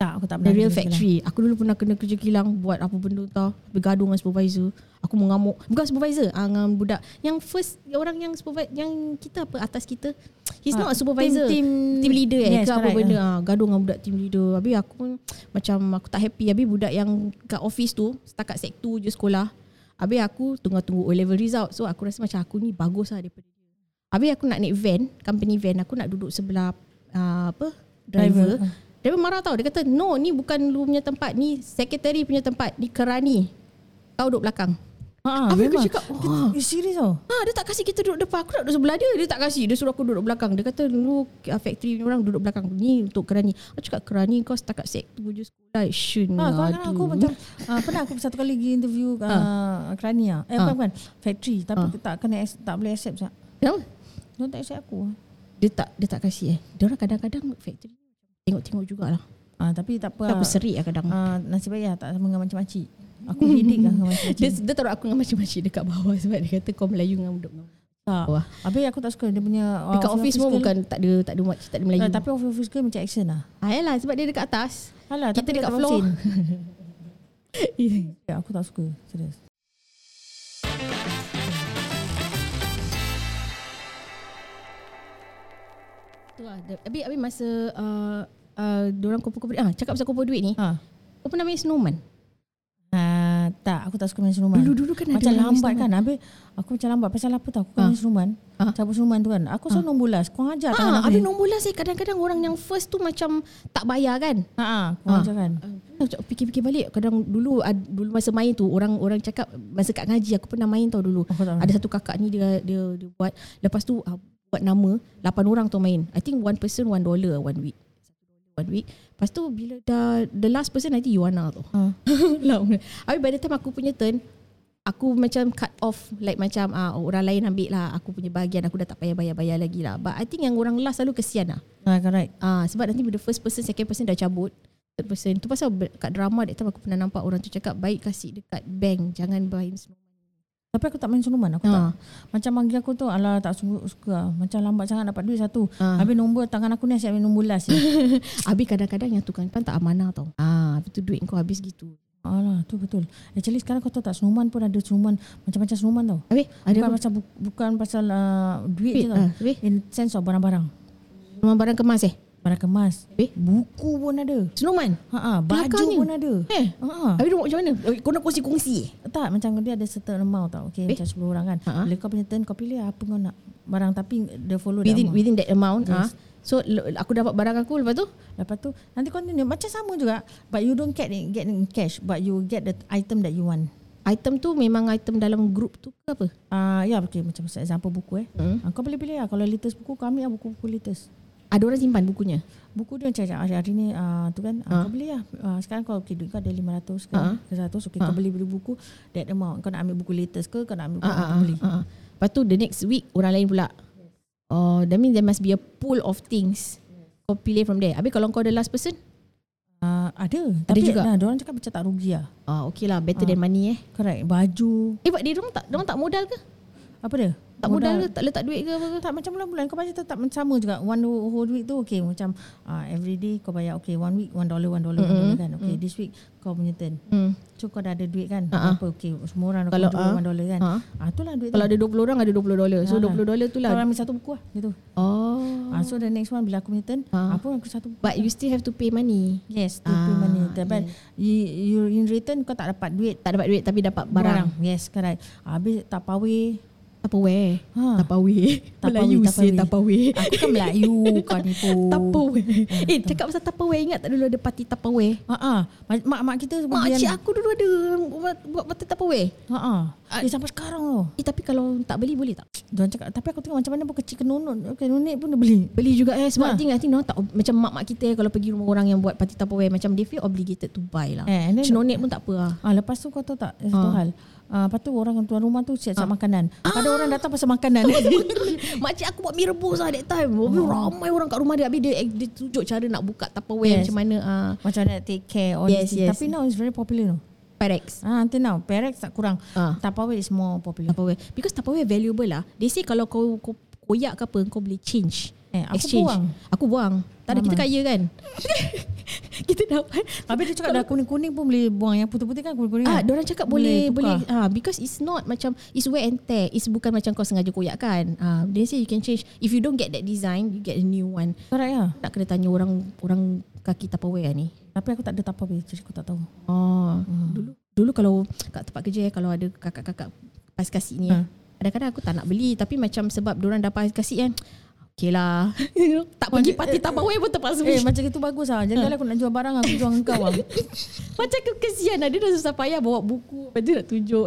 Speaker 2: Tak aku tak
Speaker 1: The
Speaker 2: pernah
Speaker 1: real
Speaker 2: kerja kilang.
Speaker 1: factory Aku dulu pernah kena kerja kilang Buat apa benda tau Bergaduh dengan supervisor Aku mengamuk Bukan supervisor ah, Dengan budak Yang first Orang yang supervisor Yang kita apa Atas kita He's
Speaker 2: Ah,
Speaker 1: not a supervisor
Speaker 2: team- team-
Speaker 1: team leader eh yes,
Speaker 2: Yes,
Speaker 1: ke apa
Speaker 2: correct,
Speaker 1: benda ah. gaduh dengan budak team leader habis aku pun macam aku tak happy habis budak yang kat office tu setakat sek 2 je sekolah habis aku tunggu-tunggu O level result so aku rasa macam aku ni bagus lah daripada dia habis aku nak naik van company van aku nak duduk sebelah ah, apa driver
Speaker 2: Driver, ah.
Speaker 1: driver marah tau dia kata no ni bukan lu punya tempat ni secretary punya tempat ni kerani kau duduk belakang
Speaker 2: Ha,
Speaker 1: Habis aku
Speaker 2: memang.
Speaker 1: cakap,
Speaker 2: Kita-
Speaker 1: wah.
Speaker 2: You serious tau?
Speaker 1: Ha, dia tak kasi kita duduk depan. Aku nak duduk sebelah dia. Dia tak kasi. Dia suruh aku duduk belakang. Dia kata, lu ah, factory ni orang duduk belakang. Ni untuk kerani. Aku cakap, kerani kau setakat sektor je sekolah. Shun.
Speaker 2: Ha, kawan aku macam uh, pernah aku satu kali pergi interview uh, Kerani ah. Eh
Speaker 1: Ha.
Speaker 2: bukan bukan factory tapi
Speaker 1: Ha.
Speaker 2: tak kena ac- tak boleh accept sah.
Speaker 1: Kenapa?
Speaker 2: Dia tak accept aku.
Speaker 1: Dia tak, dia tak kasi eh. Dia orang kadang-kadang factory tengok-tengok jugalah.
Speaker 2: Ah tapi tak
Speaker 1: Wah.
Speaker 2: apa.
Speaker 1: Aku serik lah kadang.
Speaker 2: Ah, nasib baik lah tak sama dengan macam-macam. Aku didik lah dengan
Speaker 1: Dia,
Speaker 2: macam-macam.
Speaker 1: dia taruh aku dengan macam-macam dekat bawah sebab dia kata kau Melayu dengan budak Melayu.
Speaker 2: Tak.
Speaker 1: Wah.
Speaker 2: Habis aku tak suka dia punya ah,
Speaker 1: Dekat office pun
Speaker 2: girl-
Speaker 1: bukan tak ada tak ada much, tak ada Melayu.
Speaker 2: Ah, tapi office girl macam action lah.
Speaker 1: Ah, yalah, sebab dia dekat atas.
Speaker 2: Alah,
Speaker 1: Kita
Speaker 2: Ah, tapi
Speaker 1: dekat
Speaker 2: tak
Speaker 1: floor.
Speaker 2: vaksin. Ya, aku tak suka, serius.
Speaker 1: Tu lah. Habis, habis masa uh, uh, orang kumpul-kumpul duit. Ah, cakap pasal kumpul duit ni.
Speaker 2: Ha.
Speaker 1: Kau pernah main snowman?
Speaker 2: Ah, tak, aku tak suka main seruman.
Speaker 1: Dulu-dulu kan ada orang
Speaker 2: Macam
Speaker 1: main
Speaker 2: lambat
Speaker 1: seruman.
Speaker 2: kan Habis aku macam lambat Pasal apa tau
Speaker 1: Ah.
Speaker 2: Aku kan ha. seruman
Speaker 1: Ah.
Speaker 2: Cabut seruman tu kan Aku selalu nombor last Kau hajar tangan
Speaker 1: Ah,
Speaker 2: aku
Speaker 1: habis
Speaker 2: ni.
Speaker 1: nombor last eh kadang-kadang orang yang first tu macam tak bayar kan.
Speaker 2: Ha, ha, Kau
Speaker 1: Ah.
Speaker 2: hajar kan
Speaker 1: Uh, Macam Fikir-fikir balik Kadang dulu ad- Dulu masa main tu Orang orang cakap Masa kat ngaji Aku pernah main tau dulu
Speaker 2: Aku tak
Speaker 1: Ada satu kakak ni Dia dia, dia buat Lepas tu uh, Buat nama lapan orang tu main I think one person One dollar one week One week Lepas tu bila dah The last person I think Yuana tu
Speaker 2: Hmm.
Speaker 1: Long Habis by the time aku punya turn Aku macam cut off Like macam uh, Orang lain ambil lah Aku punya bahagian Aku dah tak payah bayar-bayar lagi lah But I think yang orang last Selalu kesian lah
Speaker 2: Ah, correct.
Speaker 1: Ah, sebab nanti bila first person, second person dah cabut. Third person. Tu pasal ber- kat drama that time aku pernah nampak orang tu cakap baik kasih dekat bank. Jangan buy snowman.
Speaker 2: Tapi aku tak main senuman. Aku tak.
Speaker 1: Ah,
Speaker 2: Macam manggil aku tu, alah tak suka. suka. lah. Macam lambat sangat dapat duit satu.
Speaker 1: ah.
Speaker 2: Habis nombor tangan aku ni asyik ambil nombor last. je.
Speaker 1: Habis kadang-kadang yang tukang depan tak amanah tau. Ah, habis tu duit kau habis gitu.
Speaker 2: Alah, tu betul. Actually sekarang kau tahu tak, senuman pun ada senuman. Macam-macam senuman tau.
Speaker 1: Habis ada
Speaker 2: Bukan
Speaker 1: apa?
Speaker 2: pasal, bu- bukan pasal uh, duit je
Speaker 1: Duit,
Speaker 2: tau.
Speaker 1: ah, habis
Speaker 2: In sense of barang-barang.
Speaker 1: rumah barang kemas eh.
Speaker 2: Barang kemas.
Speaker 1: Habis
Speaker 2: Buku pun ada.
Speaker 1: snowman.
Speaker 2: Ha, baju
Speaker 1: Kelakarnya.
Speaker 2: pun ada.
Speaker 1: Eh.
Speaker 2: Ha.
Speaker 1: Habis duduk macam mana? Eh, Kau nak kongsi-kongsi eh?
Speaker 2: Tak macam dia ada certain amount tau
Speaker 1: Eh?
Speaker 2: Okay eh? macam 10 orang kan
Speaker 1: Ha-ha.
Speaker 2: uh-huh. Bila kau punya turn kau pilih apa kau nak Barang tapi dia follow the
Speaker 1: Within,
Speaker 2: amount.
Speaker 1: within that amount.
Speaker 2: Yes.
Speaker 1: Ah. So l- aku dapat barang aku lepas tu
Speaker 2: Lepas tu nanti continue Macam sama juga But you don't get it, get it in cash But you get the item that you want
Speaker 1: item tu memang item dalam group tu ke apa?
Speaker 2: Ah uh, Ya okay macam for example buku eh
Speaker 1: Hmm.
Speaker 2: hmm. Kau pilih-pilih lah Kalau latest buku kau ambil lah buku-buku latest
Speaker 1: Ada orang simpan bukunya.
Speaker 2: Buku dia macam hari-hari ni uh, tu
Speaker 1: Ah.
Speaker 2: kan uh. Kau beli lah uh, Sekarang kau okay, duit kau ada 500 ke,
Speaker 1: Ha-ha.
Speaker 2: ke 100 Okay
Speaker 1: Ah.
Speaker 2: kau beli beli buku That amount Kau nak ambil buku latest ke Kau nak ambil
Speaker 1: Ah,
Speaker 2: buku uh,
Speaker 1: ah,
Speaker 2: uh,
Speaker 1: ah,
Speaker 2: beli
Speaker 1: ah, ah. Lepas tu the next week orang lain pula. Oh, that means there must be a pool of things. Kau pilih from there. Habis kalau kau the last person,
Speaker 2: uh, Ada Tapi
Speaker 1: juga?
Speaker 2: Nah, orang cakap macam tak rugi lah
Speaker 1: ah okay lah, better than money eh.
Speaker 2: Correct Baju
Speaker 1: Eh, but dia orang tak, dia orang tak modal ke?
Speaker 2: Apa dia?
Speaker 1: Tak modal, ke? Tak letak duit ke apa ke?
Speaker 2: Tak macam bulan-bulan Kau macam tetap sama juga One whole whole week tu Okay macam uh, Every day kau bayar Okay one week One dollar One dollar,
Speaker 1: Mm-hmm.
Speaker 2: one dollar kan Okay this week Kau punya turn
Speaker 1: Hmm.
Speaker 2: So kau dah ada duit kan
Speaker 1: Ha-ha.
Speaker 2: Apa okay Semua orang
Speaker 1: Kalau,
Speaker 2: Kalau
Speaker 1: ah,
Speaker 2: uh, One dollar kan
Speaker 1: ha.
Speaker 2: Ah Itulah duit
Speaker 1: Kalau
Speaker 2: tu
Speaker 1: ada 20 orang ada 20 dolar. So
Speaker 2: Ah,
Speaker 1: 20 dolar tu
Speaker 2: Kalau
Speaker 1: lah.
Speaker 2: ambil satu buku lah Gitu
Speaker 1: Oh.
Speaker 2: Ah, So the next one Bila aku punya turn
Speaker 1: Ha.
Speaker 2: Apa aku satu buku
Speaker 1: But you still have to pay money.
Speaker 2: Yes Two
Speaker 1: Ah,
Speaker 2: payment ni But you, kan? you in return Kau tak dapat duit
Speaker 1: Tak dapat duit tapi dapat barang.
Speaker 2: Yes correct Habis tak pawai
Speaker 1: Tupperware.
Speaker 2: Ha.
Speaker 1: Tupperware.
Speaker 2: Tupperware,
Speaker 1: Melayu sih Tupperware.
Speaker 2: Aku kan Melayu Kau nipu
Speaker 1: Tupperware. Eh, cakap pasal Tupperware ingat tak dulu ada parti Tupperware?
Speaker 2: Ha ah, mak mak kita kan?
Speaker 1: Mak
Speaker 2: belian-
Speaker 1: cik aku dulu ada buat, buat batu tupperware.
Speaker 2: Ha ah. Eh, sampai sekarang tu.
Speaker 1: Eh tapi kalau tak beli boleh tak?
Speaker 2: Diorang cakap tapi aku tengok macam mana pun kecil kenunut, kenunut pun dia beli.
Speaker 1: Beli juga eh sebab ha.
Speaker 2: Ha.
Speaker 1: I think, I think diorang tak macam mak-mak kita eh, kalau pergi rumah orang yang buat party tupperware macam they feel obligated to buy lah.
Speaker 2: Eh, and then,
Speaker 1: Cenonet pun tak apa lah.
Speaker 2: ah, lepas tu kau tahu tak eh, satu hal. Ah, lepas tu orang yang tuan rumah tu
Speaker 1: Ah.
Speaker 2: siap-siap makanan. Ada orang datang pasal makanan.
Speaker 1: Makcik aku buat mie rebus lah that time. Habis
Speaker 2: Hmm.
Speaker 1: ramai orang kat rumah dia. Habis dia, eh, dia tunjuk cara nak buka tupperware yes.
Speaker 2: Yes.
Speaker 1: macam mana. Uh,
Speaker 2: macam nak take care all
Speaker 1: Yes,
Speaker 2: yes, yes.
Speaker 1: yes.
Speaker 2: Tapi now it's very popular no.
Speaker 1: Pyrex.
Speaker 2: Ah, until now Perex tak kurang.
Speaker 1: Ah.
Speaker 2: Tupperware is more popular.
Speaker 1: Tupperware. Because tupperware valuable lah. They say kalau kau, kau koyak ke apa kau boleh change.
Speaker 2: Eh, aku buang.
Speaker 1: Aku buang. Tak ada kita
Speaker 2: Ramai.
Speaker 1: kaya kan. kita dapat.
Speaker 2: Habis dia cakap dah kuning-kuning pun boleh buang yang putih-putih kan kuning-kuning.
Speaker 1: Ah,
Speaker 2: Kan?
Speaker 1: orang cakap boleh
Speaker 2: Boleh
Speaker 1: boleh, ah because it's not macam it's wear and tear. It's bukan macam kau sengaja koyakkan. Ah, they say you can change. If you don't get that design, you get a new one.
Speaker 2: Correct ya.
Speaker 1: Nak kena tanya orang orang kaki Tupperware lah ni.
Speaker 2: Tapi aku tak ada tupperware jadi aku tak tahu.
Speaker 1: Oh, hmm. dulu dulu kalau kat tempat kerja eh, kalau ada kakak-kakak pas kasih ni, ya,
Speaker 2: Ha.
Speaker 1: kadang-kadang aku tak nak beli tapi macam sebab orang dah pas kasih kan. Okay lah You know, Tak pergi parti Tupperware pun terpaksa beli
Speaker 2: Eh macam itu bagus ah. Jadi kalau aku nak jual barang aku jual engkau ah.
Speaker 1: Macam aku kesian lah Dia dah susah payah Bawa buku Lepas tu nak tunjuk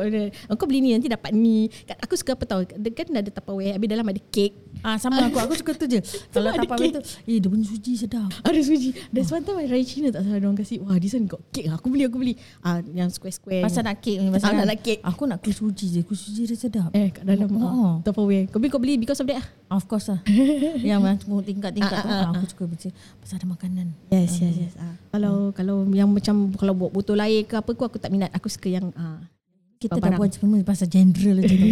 Speaker 1: Oh, Kau beli ni Nanti dapat ni Kat- Aku suka apa tau Dia kan ada tupperware Habis dalam ada kek
Speaker 2: Ah sama aku aku suka tu je. Kalau
Speaker 1: ada
Speaker 2: tak apa
Speaker 1: cake.
Speaker 2: tu, eh dia punya suji sedap.
Speaker 1: ada suji
Speaker 2: Hmm.
Speaker 1: There's one time Raya Cina tak salah Diorang kasi Wah this one got cake lah. Aku beli aku beli ah, Yang square-square
Speaker 2: Pasal nak kek ni
Speaker 1: Ah,
Speaker 2: pasal
Speaker 1: nak
Speaker 2: kan.
Speaker 1: nak kek.
Speaker 2: Aku nak kuih suji je, kuih suji dia sedap.
Speaker 1: Eh kat dalam
Speaker 2: Oh.
Speaker 1: oh. Tupperware Kau beli kau beli Because of that lah
Speaker 2: Of course lah. Yang macam tingkat-tingkat tu ah, aku suka baca pasal ada makanan.
Speaker 1: Yes yes yes ah. Kalau kalau yang macam Kalau buat botol air ke apa ku Aku tak minat Aku suka yang ah,
Speaker 2: Kita
Speaker 1: Barang.
Speaker 2: dah buat semua pasal general je tu.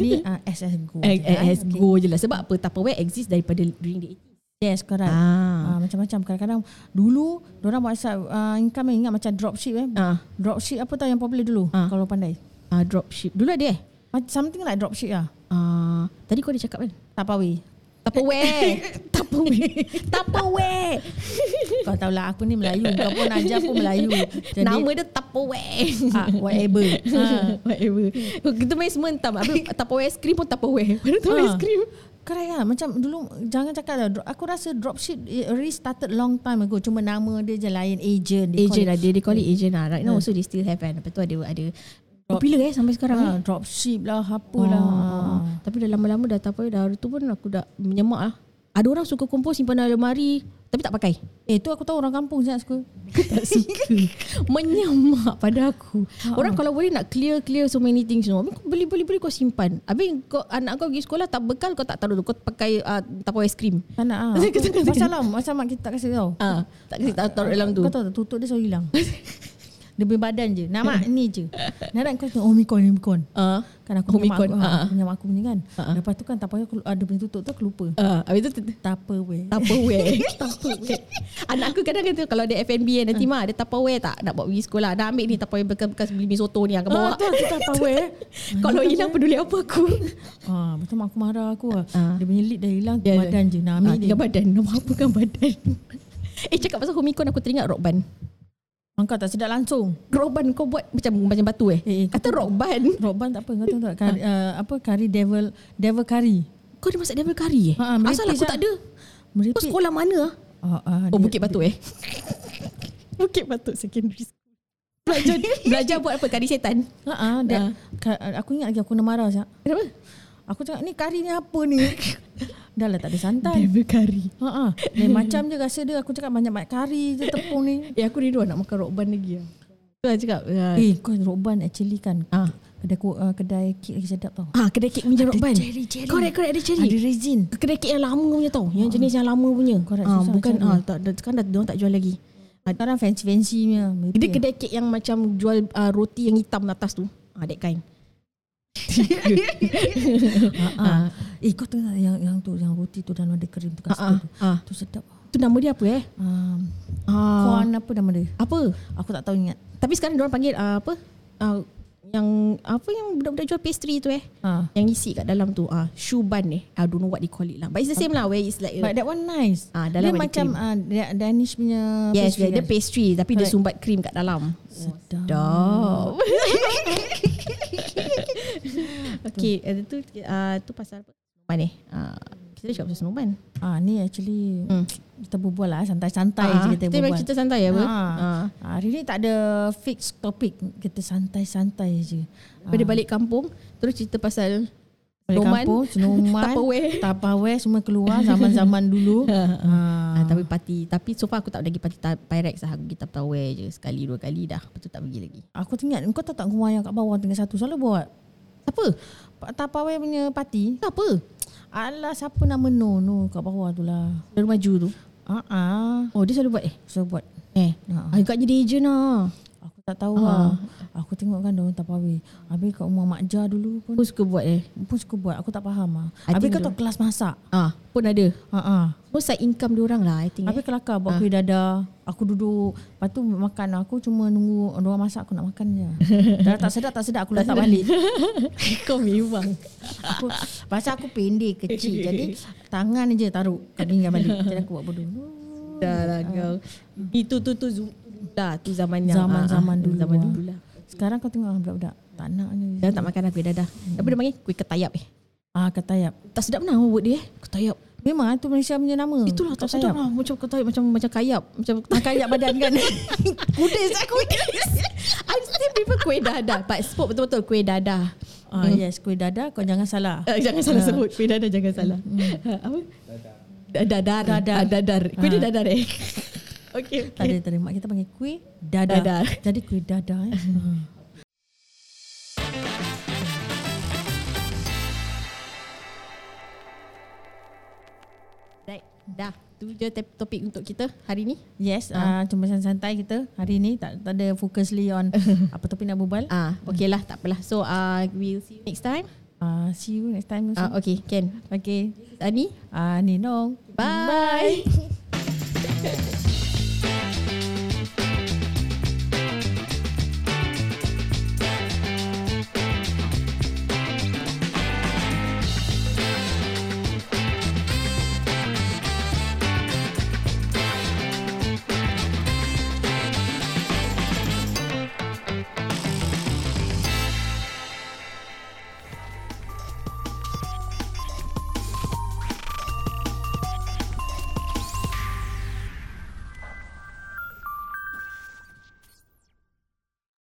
Speaker 2: Ni ah, SS go.
Speaker 1: eh,
Speaker 2: je,
Speaker 1: eh,
Speaker 2: ah.
Speaker 1: Has go je lah Sebab apa Tupperware exist daripada During the 80s
Speaker 2: Yes, correct.
Speaker 1: ah.
Speaker 2: Ah, macam-macam kadang-kadang dulu orang buat asal ah, income ingat macam dropship eh.
Speaker 1: Ah.
Speaker 2: Dropship apa tau yang popular dulu
Speaker 1: Ah.
Speaker 2: kalau pandai.
Speaker 1: ah, Dropship Dulu ada eh
Speaker 2: Something like dropship lah.
Speaker 1: Ah, tadi kau ada cakap kan
Speaker 2: Tupperware.
Speaker 1: Tupperware Tupperware Tupperware
Speaker 2: Kau tahulah aku ni Melayu Kau pun ajar pun Melayu Jadi
Speaker 1: Nama dia Tupperware
Speaker 2: ah, Whatever ah.
Speaker 1: ha, Whatever Kita main semua entam Habis Tupperware ice cream pun Tupperware Mana tahu
Speaker 2: Ah.
Speaker 1: ice cream
Speaker 2: Correct lah Macam dulu Jangan cakap lah dro- Aku rasa dropship It already started long time ago Cuma nama dia je lain Agent they call
Speaker 1: Agent
Speaker 2: it.
Speaker 1: lah Dia, dia call it agent lah Right now also they still have kan Lepas tu ada ada Popular eh sampai sekarang
Speaker 2: ah,
Speaker 1: eh.
Speaker 2: Dropship lah Apa
Speaker 1: Apalah.
Speaker 2: lah
Speaker 1: Ah. Tapi dah lama-lama dah tak apa dah tu pun aku dah menyemak lah. Ada orang suka kumpul simpan dalam lemari tapi tak pakai.
Speaker 2: Eh tu aku tahu orang kampung sangat suka
Speaker 1: Aku tak suka. menyemak pada aku.
Speaker 2: Ah.
Speaker 1: Orang kalau boleh nak clear clear so many things you know. Habis Kau beli beli beli kau simpan. Habis kau anak kau pergi sekolah tak bekal kau tak taruh tu. Kau pakai uh, tapau es krim.
Speaker 2: Tak nak ah.
Speaker 1: Kata- kata-
Speaker 2: Pasal lah Pasal mak kita tak kasi tau
Speaker 1: Ah, tak kasi tak taruh dalam tu.
Speaker 2: Kau tahu tak tutup dia selalu hilang Dia punya badan je Nak mak ni je Nak nak kau tengok oh, Omicron Omicron
Speaker 1: Ah.
Speaker 2: Kan aku punya mak
Speaker 1: Omicron,
Speaker 2: aku,
Speaker 1: ah,
Speaker 2: ha,
Speaker 1: ah.
Speaker 2: punya mak aku punya kan.
Speaker 1: Ah, ah.
Speaker 2: Lepas tu kan tak payah aku ada punya tutup tu aku lupa.
Speaker 1: Ah, habis tu tu-
Speaker 2: Tupperware.
Speaker 1: Ah. Tupperware Tupperware Anak aku kadang kata Kalau dia F&B kan Nanti
Speaker 2: Ah.
Speaker 1: mah ada Tupperware tak Nak bawa pergi sekolah Dah ambil ni Tupperware bekas-bekas Beli mi soto ni Akan bawa
Speaker 2: Ah, tu tu Tupperware.
Speaker 1: Kalau hilang peduli apa aku
Speaker 2: ah, betul mak aku marah aku lah.
Speaker 1: Ah.
Speaker 2: Dia punya lid dah hilang,
Speaker 1: Ya, ya.
Speaker 2: badan je. Nak ambil
Speaker 1: ah,
Speaker 2: dia.
Speaker 1: Tinggal badan Nama apa kan badan Eh cakap pasal homikon Aku teringat rock band
Speaker 2: Angkat tak sedap langsung.
Speaker 1: Rock band kau buat Macam macam batu eh,
Speaker 2: Eh, eh,
Speaker 1: Kata rock band
Speaker 2: Roban tak apa kau tahu tak kari,
Speaker 1: Ha.
Speaker 2: uh, apa kari devil devil kari.
Speaker 1: Kau ada masak devil curry eh
Speaker 2: Ha, ah,
Speaker 1: Asal aku
Speaker 2: merepek
Speaker 1: tak
Speaker 2: jap.
Speaker 1: ada Kau
Speaker 2: Meripik.
Speaker 1: sekolah mana ah?
Speaker 2: Ah, ah,
Speaker 1: Oh
Speaker 2: dia-
Speaker 1: Bukit Batu eh Bukit Batu secondary school Belajar Belajar buat apa Kari setan
Speaker 2: Ah, ah,
Speaker 1: Ah.
Speaker 2: dia- ka- aku ingat lagi aku kena marah sah.
Speaker 1: Kenapa
Speaker 2: Aku cakap ni kari ni apa ni? Dah lah tak ada santan.
Speaker 1: Devil curry
Speaker 2: Ha ah. Lain macam je rasa dia aku cakap banyak-banyak kari je tepung ni.
Speaker 1: Eh aku rindu nak makan rock band lagi lah. Tu lah cakap. Uh,
Speaker 2: Eh kau Roban actually kan
Speaker 1: Ah.
Speaker 2: Kedai ku, uh, kedai kek lagi sedap tau
Speaker 1: Ah, kedai kek punya rock band.
Speaker 2: cherry, cherry.
Speaker 1: Correct, correct ada cherry.
Speaker 2: Ada resin
Speaker 1: Kedai kek yang lama punya tau. Yang jenis yang lama punya.
Speaker 2: Correct,
Speaker 1: ah,
Speaker 2: susah
Speaker 1: bukan
Speaker 2: cari.
Speaker 1: ah, tak, dah, sekarang dah dia orang tak jual lagi.
Speaker 2: Sekarang fancy-fancy punya
Speaker 1: Dia
Speaker 2: merepek.
Speaker 1: kedai kek yang macam jual uh, roti yang hitam atas tu. Ah, that kind.
Speaker 2: ah, ah. Eh kau tengok yang, yang tu Yang roti tu dan ada krim tu
Speaker 1: Ah, ah,
Speaker 2: kasut tu
Speaker 1: ah.
Speaker 2: Tu sedap
Speaker 1: Tu nama dia apa eh?
Speaker 2: um,
Speaker 1: Ah,
Speaker 2: Corn apa nama dia
Speaker 1: apa?
Speaker 2: Aku tak tahu ingat
Speaker 1: Tapi sekarang dia orang panggil ah, apa? Ah, yang apa yang budak-budak jual pastry tu eh?
Speaker 2: ah.
Speaker 1: Yang isi kat dalam tu ah, Shuban eh I don't know what they call it lah But it's the same lah Where it's like a-
Speaker 2: But that one nice
Speaker 1: Ah, dalam
Speaker 2: Dia
Speaker 1: ada
Speaker 2: macam ah, Da- Danish punya
Speaker 1: Yes,
Speaker 2: pastry
Speaker 1: dia, dia
Speaker 2: kan?
Speaker 1: pastry tapi dia
Speaker 2: Correct.
Speaker 1: sumbat krim kat dalam.
Speaker 2: Sedap
Speaker 1: Sedap. okay, ada tu uh, tu pasal apa? Snoban eh. Uh, kita dah cakap pasal snoban.
Speaker 2: ah, Ni actually
Speaker 1: Hmm.
Speaker 2: Kita berbual lah Santai-santai
Speaker 1: Ah,
Speaker 2: je kita
Speaker 1: kita memang
Speaker 2: berbual
Speaker 1: cerita santai apa?
Speaker 2: Ha.
Speaker 1: Ah.
Speaker 2: Ah, hari ni tak ada fix topik. Kita santai-santai je. Ah,
Speaker 1: Lepas dia balik kampung, terus cerita pasal
Speaker 2: Balik
Speaker 1: Noman.
Speaker 2: kampung, Senoman,
Speaker 1: Tupperware.
Speaker 2: Tupperware semua keluar zaman-zaman dulu.
Speaker 1: Ah,
Speaker 2: ah,
Speaker 1: tapi parti Tapi so far aku tak lagi parti ta- Pyrex lah Aku pergi Tupperware je Sekali dua kali dah Lepas tu tak pergi lagi
Speaker 2: aku teringat, kau tahu tak rumah yang kat bawah tinggal satu selalu buat.
Speaker 1: Siapa?
Speaker 2: Pa- Tupperware punya parti.
Speaker 1: Siapa?
Speaker 2: Alah, siapa nama No? No kat bawah tu lah.
Speaker 1: Dari maju tu
Speaker 2: Ah, ah.
Speaker 1: Oh dia selalu buat eh?
Speaker 2: So buat.
Speaker 1: Eh
Speaker 2: Ha.
Speaker 1: uh Agaknya dia agent lah
Speaker 2: Aku tak tahu lah.
Speaker 1: Ah.
Speaker 2: Aku tengok kan diorang Tupperware. Habis kat rumah Mak Jah dulu pun,
Speaker 1: Aku suka buat eh
Speaker 2: pun suka buat. Aku tak faham lah.
Speaker 1: I
Speaker 2: Habis
Speaker 1: think
Speaker 2: kau tahu kelas masak.
Speaker 1: Ah, pun ada.
Speaker 2: Ah, ah.
Speaker 1: Semua side income dia orang lah I think.
Speaker 2: Habis
Speaker 1: Eh.
Speaker 2: kelakar buat kuih dadar. Aku duduk. Lepas tu makan. Aku cuma nunggu orang masak aku nak makan je. Dah tak sedap, tak sedap. Aku letak balik.
Speaker 1: Kau memang.
Speaker 2: Aku, pasal aku pendek, kecil. Jadi tangan je taruh kat pinggan balik. Jadi aku buat bodoh.
Speaker 1: Dah lah kau. Itu tu tu zoom dah tu zaman yang ah, ah,
Speaker 2: Zaman-zaman dulu
Speaker 1: Zaman
Speaker 2: lah.
Speaker 1: dulu lah.
Speaker 2: Sekarang kau tengok ah, budak-budak. Tak nak je.
Speaker 1: Dah tak makan aku dah dah. Apa dia panggil? Kuih ketayap eh.
Speaker 2: Ah, ketayap.
Speaker 1: Tak sedap nak word dia eh. Ketayap.
Speaker 2: Memang ah, tu Malaysia punya nama.
Speaker 1: Itulah tak
Speaker 2: Ketayap.
Speaker 1: sedap lah. Macam ketayap macam macam kayap. Macam kayap badan kan. kudis aku kudis. I still prefer kuih dadah. But spoke betul-betul kuih dadah.
Speaker 2: Ah, yes, kuih dadar kau jangan salah.
Speaker 1: Hmm. Eh, jangan salah sebut. Kuih dadar jangan salah. Ha, apa? Dadar. Dadar. Ah, Dadar. Kuih dia dadar eh. okay,
Speaker 2: Tak ada, tak ada. Mak kita panggil kuih dadar.
Speaker 1: Dadar.
Speaker 2: Jadi kuih dadar. Eh. Ah.
Speaker 1: Right. Dah. Tu je te- topik untuk kita hari ni.
Speaker 2: Yes,
Speaker 1: Ah.
Speaker 2: uh, cuma santai-santai kita hari ni tak, tak ada focusly on apa topik nak berbual.
Speaker 1: Ah, okay lah, tak apalah. So, uh, we'll see you next time.
Speaker 2: Uh, see you next time.
Speaker 1: Ah,
Speaker 2: Uh,
Speaker 1: okay, can.
Speaker 2: okay. Ah,
Speaker 1: Ani,
Speaker 2: Uh, Ninong.
Speaker 1: bye. bye.